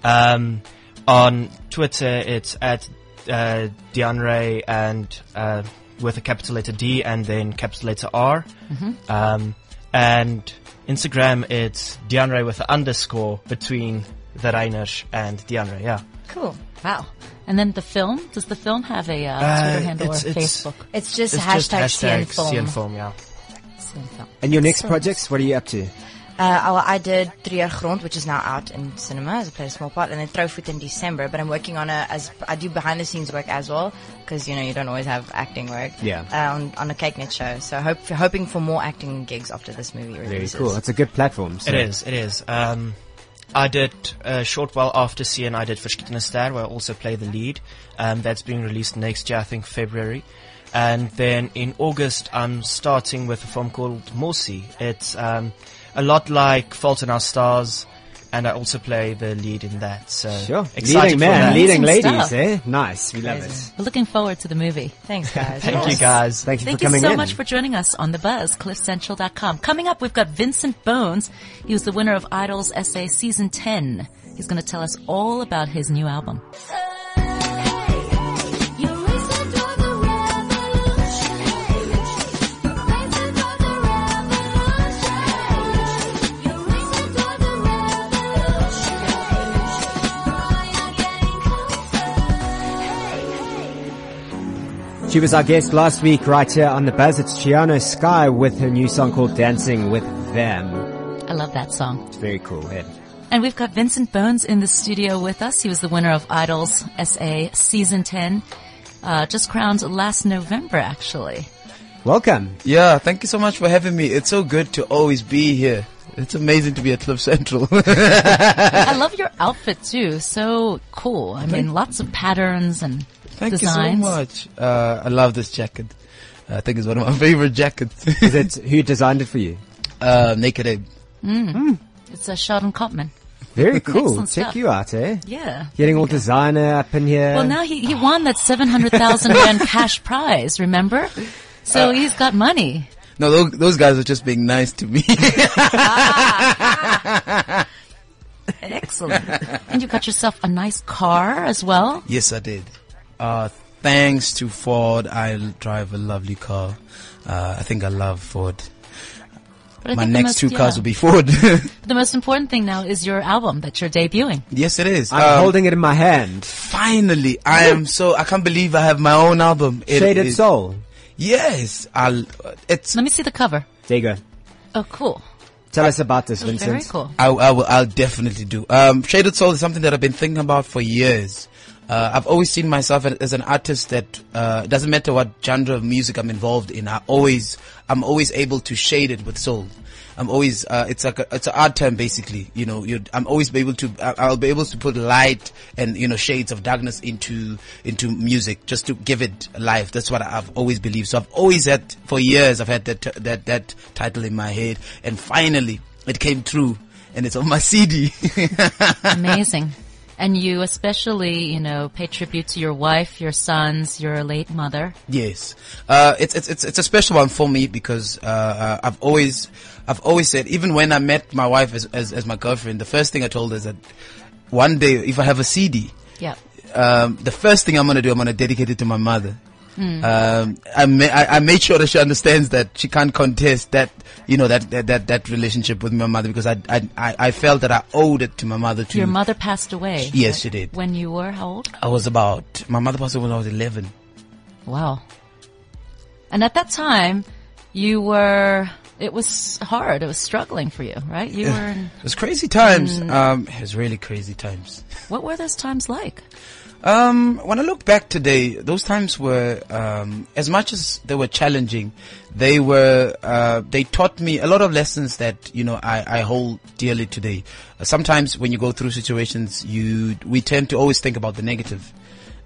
S7: Um, on Twitter, it's at uh, Deanre and uh, with a capital letter D and then capital letter R.
S8: Mm-hmm.
S7: Um, and Instagram, it's Deanre with an underscore between the Reiners and Deanre, yeah.
S8: cool.
S5: Wow. And then the film? Does the film have a uh,
S7: Uh,
S5: Twitter handle
S7: it's-
S5: or
S7: it's-
S5: Facebook?
S8: It's just
S7: It's just
S8: hashtag, CN
S7: hashtag
S8: Film.
S7: CN Film, yeah.
S5: Same film.
S4: And your next projects? What are you up to?
S8: Uh, well, I did Three Year Grond, which is now out in cinema as I played a small part, and then Throwfoot in December. But I'm working on a as I do behind the scenes work as well because you know you don't always have acting work.
S4: Yeah.
S8: Uh, on, on a CakeNet show, so hope hoping for more acting gigs after this movie
S4: Very
S8: releases.
S4: cool. It's a good platform. So.
S7: It is, it is. Um, I did a short while after CN, I did Verschiedene Star, where I also play the lead. Um, that's being released next year, I think February. And then in August, I'm starting with a film called Morsi. It's um, a lot like Fault in Our Stars, and I also play the lead in that. So
S4: Sure.
S7: excited
S4: leading
S7: for
S4: man,
S7: that.
S4: leading
S5: Amazing
S4: ladies,
S5: stuff.
S4: eh? Nice. We love it.
S5: We're looking forward to the movie.
S8: Thanks, guys.
S7: Thank you guys.
S4: Thank you
S5: Thank
S4: for
S5: you
S4: coming
S5: so
S4: in.
S5: much for joining us on The Buzz, cliffcentral.com. Coming up, we've got Vincent Bones. He was the winner of Idol's Essay Season 10. He's going to tell us all about his new album.
S9: Hey, hey.
S4: She was our guest last week right here on the buzz. It's Chiano Sky with her new song called Dancing with Them.
S5: I love that song.
S4: It's very cool. eh?
S5: And we've got Vincent Bones in the studio with us. He was the winner of Idols SA Season 10. Uh, just crowned last November, actually.
S4: Welcome.
S9: Yeah, thank you so much for having me. It's so good to always be here. It's amazing to be at Cliff Central.
S5: I love your outfit too. So cool. I mean, lots of patterns and
S9: thank
S5: designs.
S9: you so much. Uh, I love this jacket. Uh, I think it's one of my favorite jackets.
S4: Is it who designed it for you?
S9: uh, Naked Abe.
S5: It's a Sheldon Kopman.
S4: Very cool.
S5: Excellent
S4: Check
S5: stuff.
S4: you out, eh?
S5: Yeah.
S4: Getting all designer up in here.
S5: Well, now he, he won that 700,000 rand cash prize, remember?
S9: Uh,
S5: So he's got money.
S9: No, those, those guys are just being nice to me.
S5: Excellent. and you got yourself a nice car as well.
S9: yes, I did. Uh, thanks to Ford, I l- drive a lovely car. Uh, I think I love Ford.
S5: But I
S9: My
S5: think the
S9: next
S5: most-
S9: two
S5: yeah.
S9: cars will be Ford.
S5: But the most important thing now is your album that you're debuting.
S9: yes, it is.
S4: I'm
S9: Um,
S4: holding it in my hand.
S9: finally, I am so, I can't believe I have my own album. It
S4: Shaded
S9: is-
S4: Soul.
S9: Yes, I'll, it's,
S5: Let me see the cover.
S4: There you go.
S5: Oh, cool.
S4: Tell us about this, Vincent.
S5: Very cool.
S9: I, I will, I'll definitely do. Um, Shaded Soul is something that I've been thinking about for years. Uh, I've always seen myself as an artist that, uh, doesn't matter what genre of music I'm involved in, I always, I'm always able to shade it with soul. I'm always, uh, it's like a, it's an art term basically, you know, you'd, I'm always be able to, I- I'll be able to put light and, you know, shades of darkness into, into music just to give it life. That's what I've always believed. So I've always had, for years, I've had that, t- that, that title in my head. And finally, it came true and it's on my CD.
S5: Amazing. And you especially, you know, pay tribute to your wife, your sons, your late mother.
S9: yes, uh, it's it's it's it's a special one for me because uh, uh, I've always I've always said even when I met my wife as, as as my girlfriend, the first thing I told her is that one day if I have a CD,
S5: Yeah.
S9: um, the first thing I'm gonna do, I'm gonna dedicate it to my mother.
S5: Hmm.
S9: Um, I, ma- I I made sure that she understands that she can't contest that you know that that that, that relationship with my mother because I, I I I felt that I owed it to my mother too.
S5: Your mother passed away.
S9: Yes, she did.
S5: When you were how old?
S9: I was about my mother passed away when I was 11.
S5: Wow. And at that time, you were, it was hard. It was struggling for you, right? You were in,
S9: It was crazy times. Um, it was really crazy times.
S5: what were those times like?
S9: Um, when I look back today, those times were, um, as much as they were challenging, they were, uh, they taught me a lot of lessons that, you know, I, I hold dearly today. Uh, Sometimes when you go through situations, you, we tend to always think about the negative.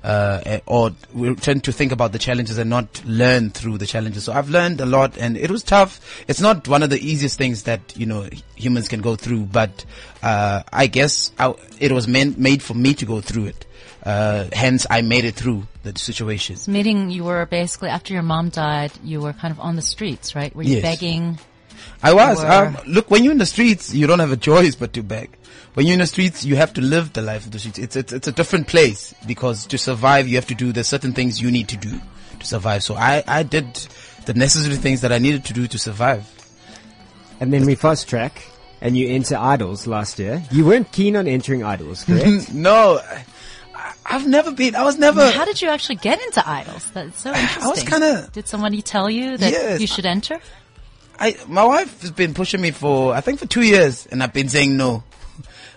S9: Uh, eh, or we tend to think about the challenges and not learn through the challenges. So I've learned a lot and it was tough. It's not one of the easiest things that, you know, h- humans can go through, but, uh, I guess I, it was meant, made for me to go through it uh, hence I made it through the situation.
S5: Meeting, you were basically, after your mom died, you were kind of on the streets, right? Were you
S9: Yes.
S5: begging?
S9: I was.
S5: Were-
S9: Um, look, when you're in the streets, you don't have a choice but to beg. When you're in the streets, you have to live the life of the streets. It's, it's, it's a different place because to survive, you have to do, there's certain things you need to do to survive. So I, I did the necessary things that I needed to do to survive.
S4: And then we fast track and you enter Idols last year. You weren't keen on entering Idols, correct?
S9: No, I, I've never been, I was never.
S5: How did you actually get into idols? That's so interesting.
S9: kinda-
S5: Did somebody tell you that
S9: Yes.
S5: you should enter?
S9: I my wife has been pushing me for I think for two years, and I've been saying no,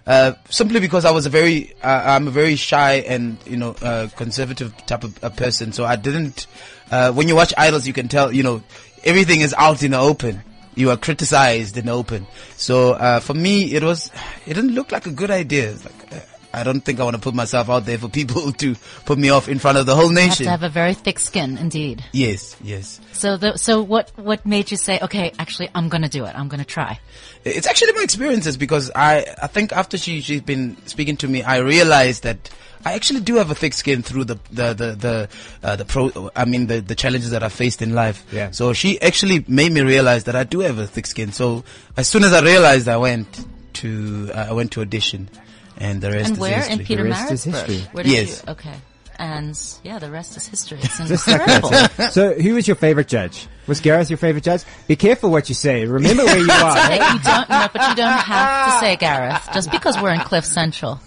S9: uh, simply because I was a very uh, I'm a very shy and you know uh, conservative type of a person. So I didn't. Uh, when you watch Idols, you can tell you know everything is out in the open. You are criticized in the open. So uh, for me, it was it didn't look like a good idea. It's Like, uh, I don't think I want to put myself out there for people to put me off in front of the whole
S5: You have to
S9: nation.
S5: have a very thick skin, indeed.
S9: Yes, yes.
S5: So, the, so what, what made you say, okay, actually, I'm going to do it. I'm going to try.
S9: It's actually my experiences because I, I think after she, she's been speaking to me, I realized that I actually do have a thick skin through the, the, the, the, uh, the pro, I mean, the, the challenges that I faced in life.
S4: Yeah.
S9: So she actually made me realize that I do have a thick skin. So as soon as I realized, I went to, uh, I went to audition and the rest
S5: And
S9: is
S5: where
S9: history.
S5: in Peter
S4: The rest is
S5: Maritzburg?
S4: history.
S5: Where did
S9: Yes.
S5: you? Okay. And yeah, the rest is history. It's
S4: Just like
S5: incredible.
S4: that. eh? So who was your favorite judge? Was Gareth your favorite judge? Be careful what you say. Remember where you are. eh?
S5: Hey, you don't know, but you don't have to say Gareth. Just because we're in Cliff Central,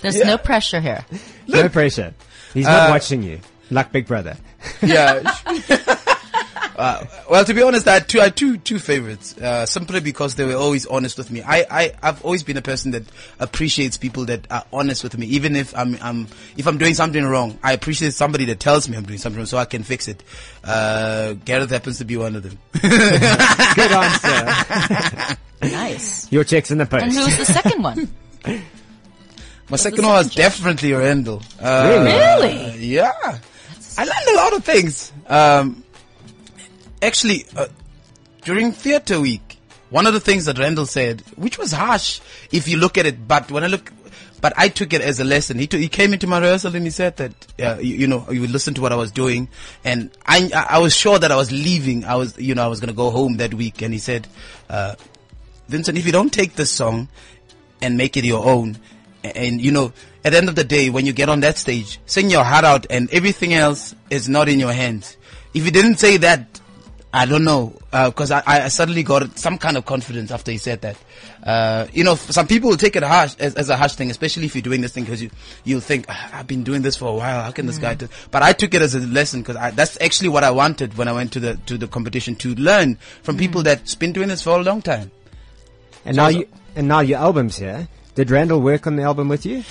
S5: there's no pressure here.
S4: No pressure. He's not watching you. Like Big Brother.
S9: yeah. Uh, well, to be honest, I had two, I had two, two favorites, uh, simply because they were always honest with me. I, I, I've always been a person that appreciates people that are honest with me, even if I'm, I'm, if I'm doing something wrong, I appreciate somebody that tells me I'm doing something wrong so I can fix it. Uh, Gareth happens to be one of them.
S4: Good answer.
S5: Nice.
S4: Your check's in the post.
S5: And who was the second one?
S9: My second one was definitely Randall. Uh,
S4: Really?
S5: Really?
S9: Yeah. I learned a lot of things. Um, actually, uh, during theater week, one of the things that Randall said, which was harsh if you look at it, but when I look, but I took it as a lesson. He, took, he came into my rehearsal and he said that, uh, you, you know, you would listen to what I was doing. And I, I- I was sure that I was leaving. I was, you know, I was going to go home that week. And he said, uh, Vincent, if you don't take this song and make it your own, a- and you know, at the end of the day, when you get on that stage, sing your heart out and everything else is not in your hands. If you didn't say that, I don't know, because I, I suddenly got some kind of confidence after he said that. Uh, you know, f- some people will take it harsh as, as a harsh thing, especially if you're doing this thing because you you'll think "Ah, I've been doing this for a while. How can this guy do? But I took it as a lesson because that's actually what I wanted when I went to the to the competition to learn from people that's been doing this for a long time.
S4: And now you, and now your album's here. Did Randall work on the album with you?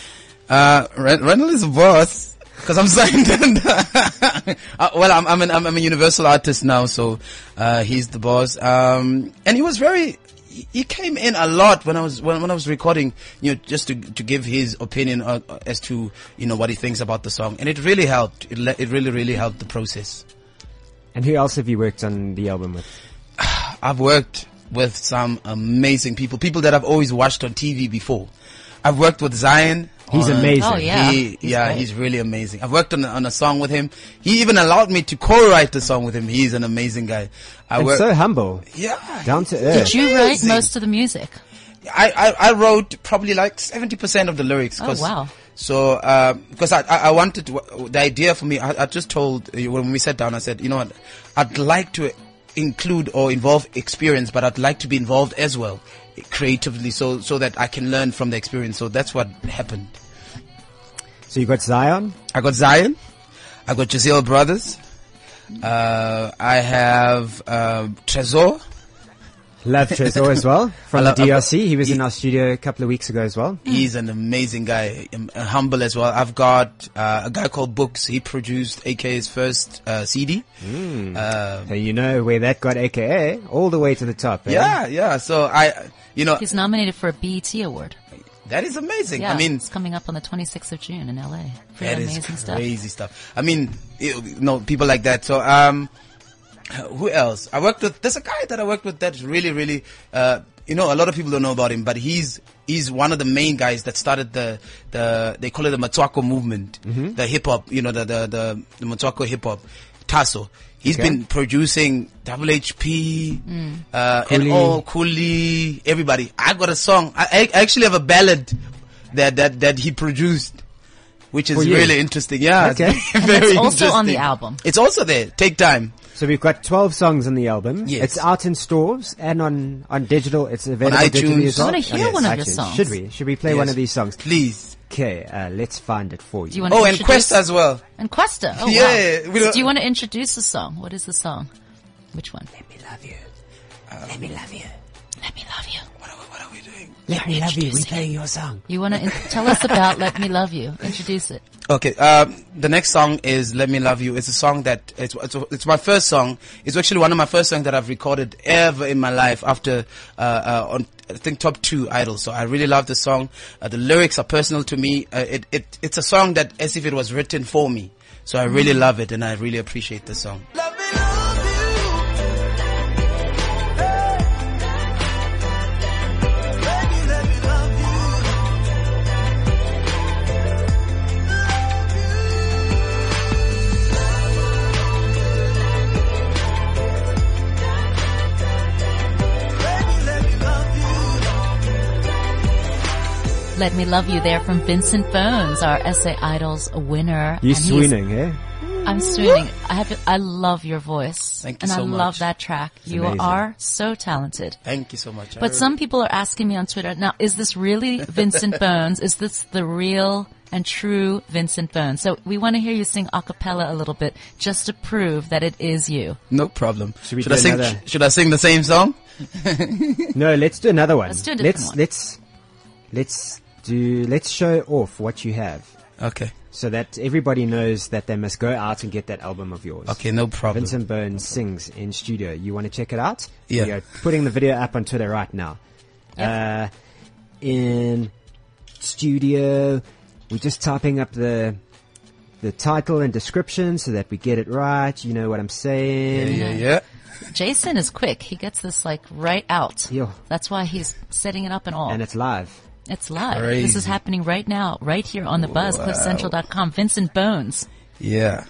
S9: Uh, Ren- Randall is a boss. Cause I'm signed under. uh, well, I'm, I'm, an, I'm, I'm a universal artist now, so, uh, he's the boss. Um, and he was very, he- he came in a lot when I was, when, when I was recording, you know, just to, to give his opinion uh, uh, as to, you know, what he thinks about the song. And it really helped. It, le- it really, really helped the process.
S4: And who else have you worked on the album with?
S9: I've worked with some amazing people, people that I've always watched on TV before. I've worked with Zion.
S4: He's
S9: on-
S4: amazing.
S5: Oh, yeah.
S9: He,
S5: He's
S9: yeah,
S5: great.
S9: he's really amazing. I've worked on, a- on a song with him. He even allowed me to co-write the song with him. He's an amazing guy. I
S4: And
S9: work,
S4: so humble,
S9: yeah.
S4: down to earth.
S5: Did you write
S9: Amazing.
S5: most of the music?
S9: I, I, I wrote probably like 70% of the lyrics.
S5: Oh,
S9: 'cause-
S5: wow.
S9: So, um, because I, I, I wanted, to, the idea for me, I, I just told, uh, when we sat down, I said, you know what, I'd like to include or involve experience, but I'd like to be involved as well, creatively, so, so that I can learn from the experience. So that's what happened.
S4: So you got Zion.
S9: I got Zion. I got Giselle Brothers. Uh, I have, um Trezor.
S4: Love Trezor as well from
S9: love-
S4: the DRC. He was in our studio a couple of weeks ago as well.
S9: He's an amazing guy, um, uh, humble as well. I've got uh, a guy called Books. He produced AK's first uh, CD. Uh,
S4: So you know where that got AKA all the way to the top. eh?
S9: yeah, yeah. So I, you know,
S5: He's nominated for a BET award.
S9: that is amazing.
S5: Yeah,
S9: I mean,
S5: it's coming up on the 26th of June in LA. Pretty
S9: that is
S5: amazing stuff.
S9: crazy stuff. I mean, it, no people like that. So um, who else? I worked with. There's a guy that I worked with that's really, really. Uh, you know, a lot of people don't know about him, but he's he's one of the main guys that started the the they call it the Matwako movement, the hip hop. You know, the the the, the Matwako hip hop. Tasso. He's
S4: Okay.
S9: been producing WHP
S5: Mm.
S9: uh, and all Cooley, everybody. I got a song. I, I actually have a ballad that that that he produced, which is
S4: For you?
S9: really interesting. Yeah, it's
S4: Okay.
S9: very
S5: And it's also on the
S9: interesting.
S5: album.
S9: It's also there. Take time.
S4: So we've got 12 songs on the album.
S9: Yes.
S4: It's out in stores and on, on digital. It's available digitally as
S9: iTunes.
S4: well.
S5: I wanna hear
S4: On
S5: one of your
S4: iTunes.
S5: songs.
S4: Should we? Should we play one
S9: Yes.
S4: of these songs?
S9: Please.
S4: Okay, uh, let's find it for you.
S5: Do you want to
S9: Oh, and
S5: introduce
S9: Quest as well.
S5: and Questa? Oh,
S9: Yeah,
S5: wow.
S9: we don't-
S5: Do you want to introduce the song? What is the song? Which one?
S9: We love you.
S5: Let me love you.
S9: What are we, what are we doing?
S4: Let me love you. We're
S5: introducing
S4: playing your song.
S5: You want to in- tell us about "Let Me Love You"? Introduce it.
S9: Okay. Um, the next song is "Let Me Love You." It's a song that it's, it's it's my first song. It's actually one of my first songs that I've recorded ever in my life. After uh, uh, on I think top two idols, so I really love the song. Uh, the lyrics are personal to me. Uh, it it it's a song that as if it was written for me. So I
S5: Mm.
S9: really love it, and I really appreciate the song.
S1: Let me love you. Hey. Baby, let me love you. Love you. Baby, let me love you.
S5: "Let Me Love You" there from Vincent Bones, our essay idols winner.
S4: You're
S5: And he's-
S4: swooning, eh?
S5: I'm swooning. I have. I love your voice.
S9: Thank you
S5: and
S9: so
S5: I
S9: much.
S5: love that track. you
S4: amazing.
S5: are so talented.
S9: Thank you so much. I
S5: But some people are asking me on Twitter now: Is this really Vincent Bones? Is this the real and true Vincent Bones. So we want to hear you sing a cappella a little bit just to prove that it is you.
S9: No problem.
S4: we
S9: Should,
S4: do
S9: I sing?
S4: another?
S9: sh- Should I sing the same song?
S4: No, let's do another one.
S5: Let's do a different
S4: let's, Let's
S5: one.
S4: let's do let's show off what you have
S9: Okay.
S4: so that everybody knows that they must go out and get that album of yours.
S9: Okay. No problem.
S4: Vincent Burns sings in studio. You want to check it out?
S9: Yeah.
S4: We are putting the video up on Twitter right now. Uh, in studio, we're just typing up the the title and description so that we get it right. You know what I'm saying?
S9: Yeah, yeah.
S5: Jason is quick. He gets this like right out.
S4: Yo.
S5: That's why he's setting it up and all.
S4: And it's live.
S5: It's live. This is
S9: Crazy.
S5: happening right now, right here on the buzz, cliffcentral.com. Vincent Bones.
S9: Yeah.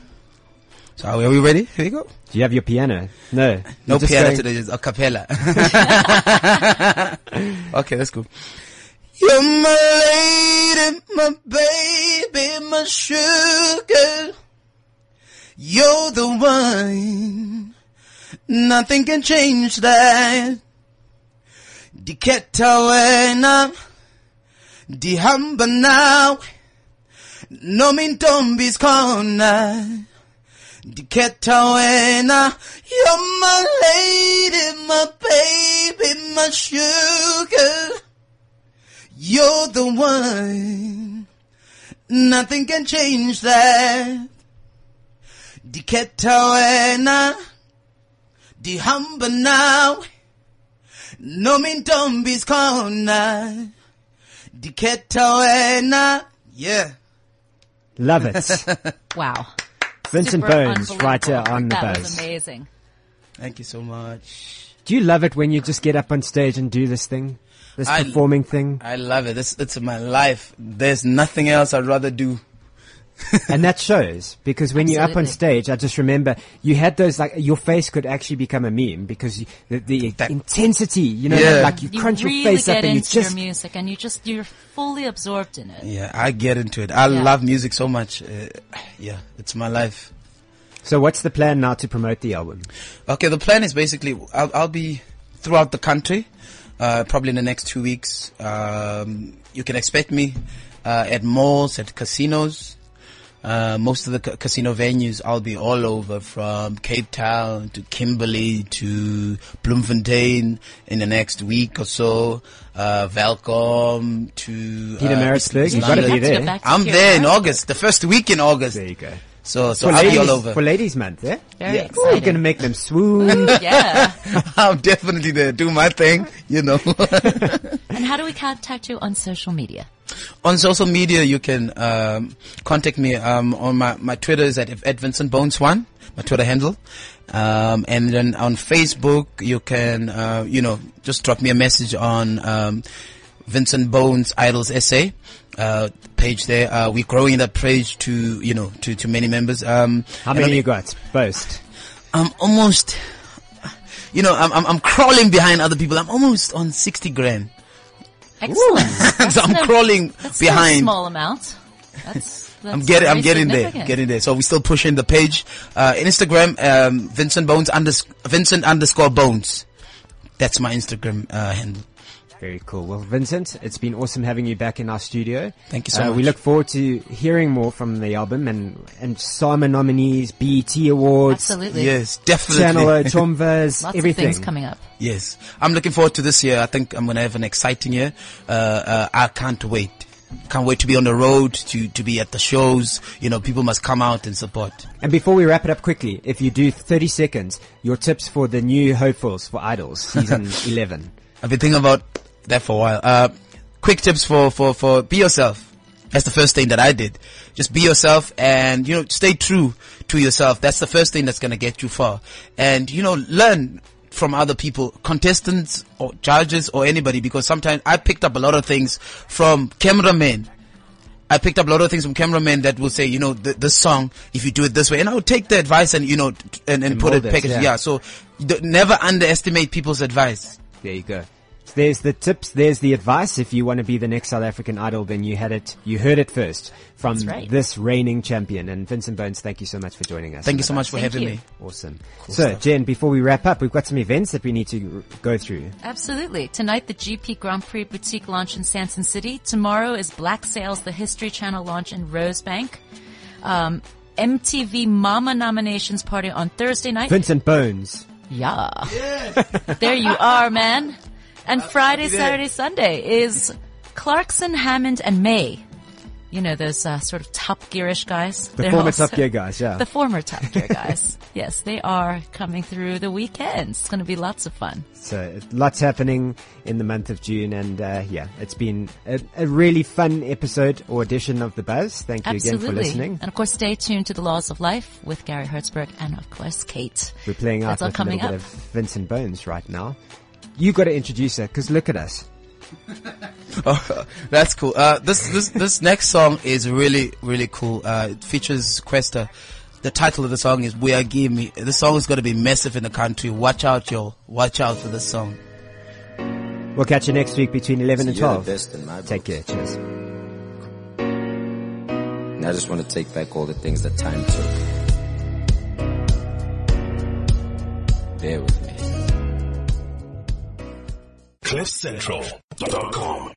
S9: So are we, are we ready? Here we go.
S4: Do you have your piano? No. You're
S9: No
S4: just
S9: piano
S4: going-
S9: today, it's a cappella. okay, let's go. You're my lady, my baby, my sugar. You're the one. Nothing can change that. Diketawena. Dihamba now. No min tombis corner. Diketawena, you're my lady, my baby, my sugar. You're the one. Nothing can change that. Diketawena, the humble now. No mean tombis corner. Diketawena, yeah.
S4: Love it.
S5: Wow.
S4: Vincent
S5: Super
S4: Bones right here
S5: unbelievable.
S4: on the
S5: That was
S4: buzz.
S5: amazing.
S9: Thank you so much.
S4: Do you love it when you just get up on stage and do this thing? This
S9: I-
S4: performing thing?
S9: I love it. This it's my life. There's nothing else I'd rather do.
S4: And that shows because when you're up on
S5: Absolutely.
S4: stage, I just remember you had those like your face could actually become a meme because you, the, the
S9: That-
S4: intensity, you know,
S9: Yeah.
S4: like you,
S5: You
S4: crunch
S5: really
S4: your face
S5: get
S4: up and you
S5: into
S4: just
S5: your music and you just, you're fully absorbed in it.
S9: Yeah, I get into it. I
S5: Yeah.
S9: love music so much. Uh, yeah, it's my life.
S4: So what's the plan now to promote the album?
S9: Okay, the plan is basically I'll, I'll be throughout the country, uh, probably in the next two weeks. Um, you can expect me uh, at malls, at casinos. Uh, most of the ca- casino venues, I'll be all over from Cape Town to Kimberley to Bloemfontein in the next week or so, uh, Welcome to
S4: Peter
S9: uh,
S4: Maritzburg,
S9: East
S4: you gotta
S9: London.
S4: be there.
S5: back to
S9: I'm
S5: Peter
S9: there in
S5: Maritzburg.
S9: August, the first week in August.
S4: There you go.
S9: So, Oh, so
S4: For
S9: I'll be all
S4: ladies, for
S9: over.
S4: ladies month, eh?
S5: Very
S9: Yeah.
S4: We're
S5: exciting.
S4: gonna make them swoon.
S5: yeah.
S9: I'm definitely there. Do my thing, you know.
S5: And how do we contact you on social media?
S9: on social media, you can um, contact me um, on my, my Twitter is at, at Vincent Bones One, my Twitter handle, um, and then on Facebook you can uh, you know just drop me a message on um, Vincent Bones Idols Essay uh, page. There, uh, we're growing that page to you know to to many members. Um,
S4: How
S9: and
S4: many
S9: on-
S4: you got? Boast.
S9: I'm almost, you know, I'm, I'm, I'm crawling behind other people. I'm almost on 60 grand.
S5: Excellent. That's
S9: so I'm
S5: no-
S9: crawling
S5: that's no
S9: behind.
S5: small amount. That's, that's
S9: I'm getting, I'm
S5: very
S9: getting there,
S5: significant.
S9: getting there. So we're still pushing the page. Uh, Instagram, um, Vincent Bones unders- Vincent underscore Bones. That's my Instagram, uh, handle.
S4: Very cool. Well, Vincent, it's been awesome having you back in our studio.
S9: Thank you so
S4: Uh, We
S9: much.
S4: look forward to hearing more from the album and and Sama nominees, BET Awards,
S5: Absolutely.
S9: Yes, definitely.
S4: Channel uh, O, Tomvas,
S5: Lots
S4: everything.
S5: of things coming up.
S9: Yes. I'm looking forward to this year. I think I'm going to have an exciting year. Uh, uh, I can't wait. Can't wait to be on the road, to, to be at the shows. You know, people must come out and support.
S4: And before we wrap it up quickly, if you do 30 seconds, your tips for the new hopefuls for Idols season 11.
S9: I've been thinking about that for a while. Uh, quick tips for, for, for be yourself. That's the first thing that I did. Just be yourself and, you know, stay true to yourself. That's the first thing that's going to get you far. And, you know, learn from other people, contestants or judges or anybody, because sometimes I picked up a lot of things from cameramen. I picked up a lot of things from cameramen that will say, you know, th- this song, if you do it this way, and I would take the advice and, you know, t- and, and, put it,
S4: mold it,
S9: package.
S4: yeah.
S9: Yeah. So d- never underestimate people's advice.
S4: There you go. there's the tips, there's the advice. If you want to be the next South African Idol, then you had it, you heard it first from
S5: right.
S4: this reigning champion. And Vincent Bones, thank you so much for joining us.
S9: Thank you so much for
S5: Thank
S9: having
S5: you.
S9: me.
S4: Awesome. so, Jen, before we wrap up, we've got some events that we need to r- go through.
S5: Absolutely. Tonight, the GP Grand Prix boutique launch in Sanson City. Tomorrow is Black Sales, the History Channel launch in Rosebank. Um, MTV Mama nominations party on Thursday night.
S4: Vincent Bones.
S5: Yeah. there you are, man. And Friday, Saturday, Sunday is Clarkson, Hammond, and May. You know, those uh, sort of Top Gearish guys.
S4: The former Top Gear guys, yeah.
S5: The former Top Gear guys. yes, they are coming through the weekend. It's going to be lots of fun.
S4: So uh, lots happening in the month of June, and uh, yeah, it's been a, a really fun episode or edition of the Buzz. Thank you
S5: Absolutely.
S4: again for listening.
S5: And of course, stay tuned to the Laws of Life with Gary Hertzberg and of course Kate.
S4: We're playing out with
S5: That's all
S4: a little
S5: coming
S4: bit
S5: up.
S4: of Vincent Bones right now. You got to introduce her because look at us.
S9: That's cool. Uh, this this this next song is really really cool. Uh, it features Questa. The title of the song is "We Are Gimme." This song is going to be massive in the country. Watch out, y'all! Watch out for this song.
S4: We'll catch you next week between eleven and
S10: You're the
S4: twelve.
S10: best in my
S4: Take
S10: book.
S4: care. Cheers.
S10: And I just want to take back all the things that time took. Bear with me.
S2: CliffCentral.com.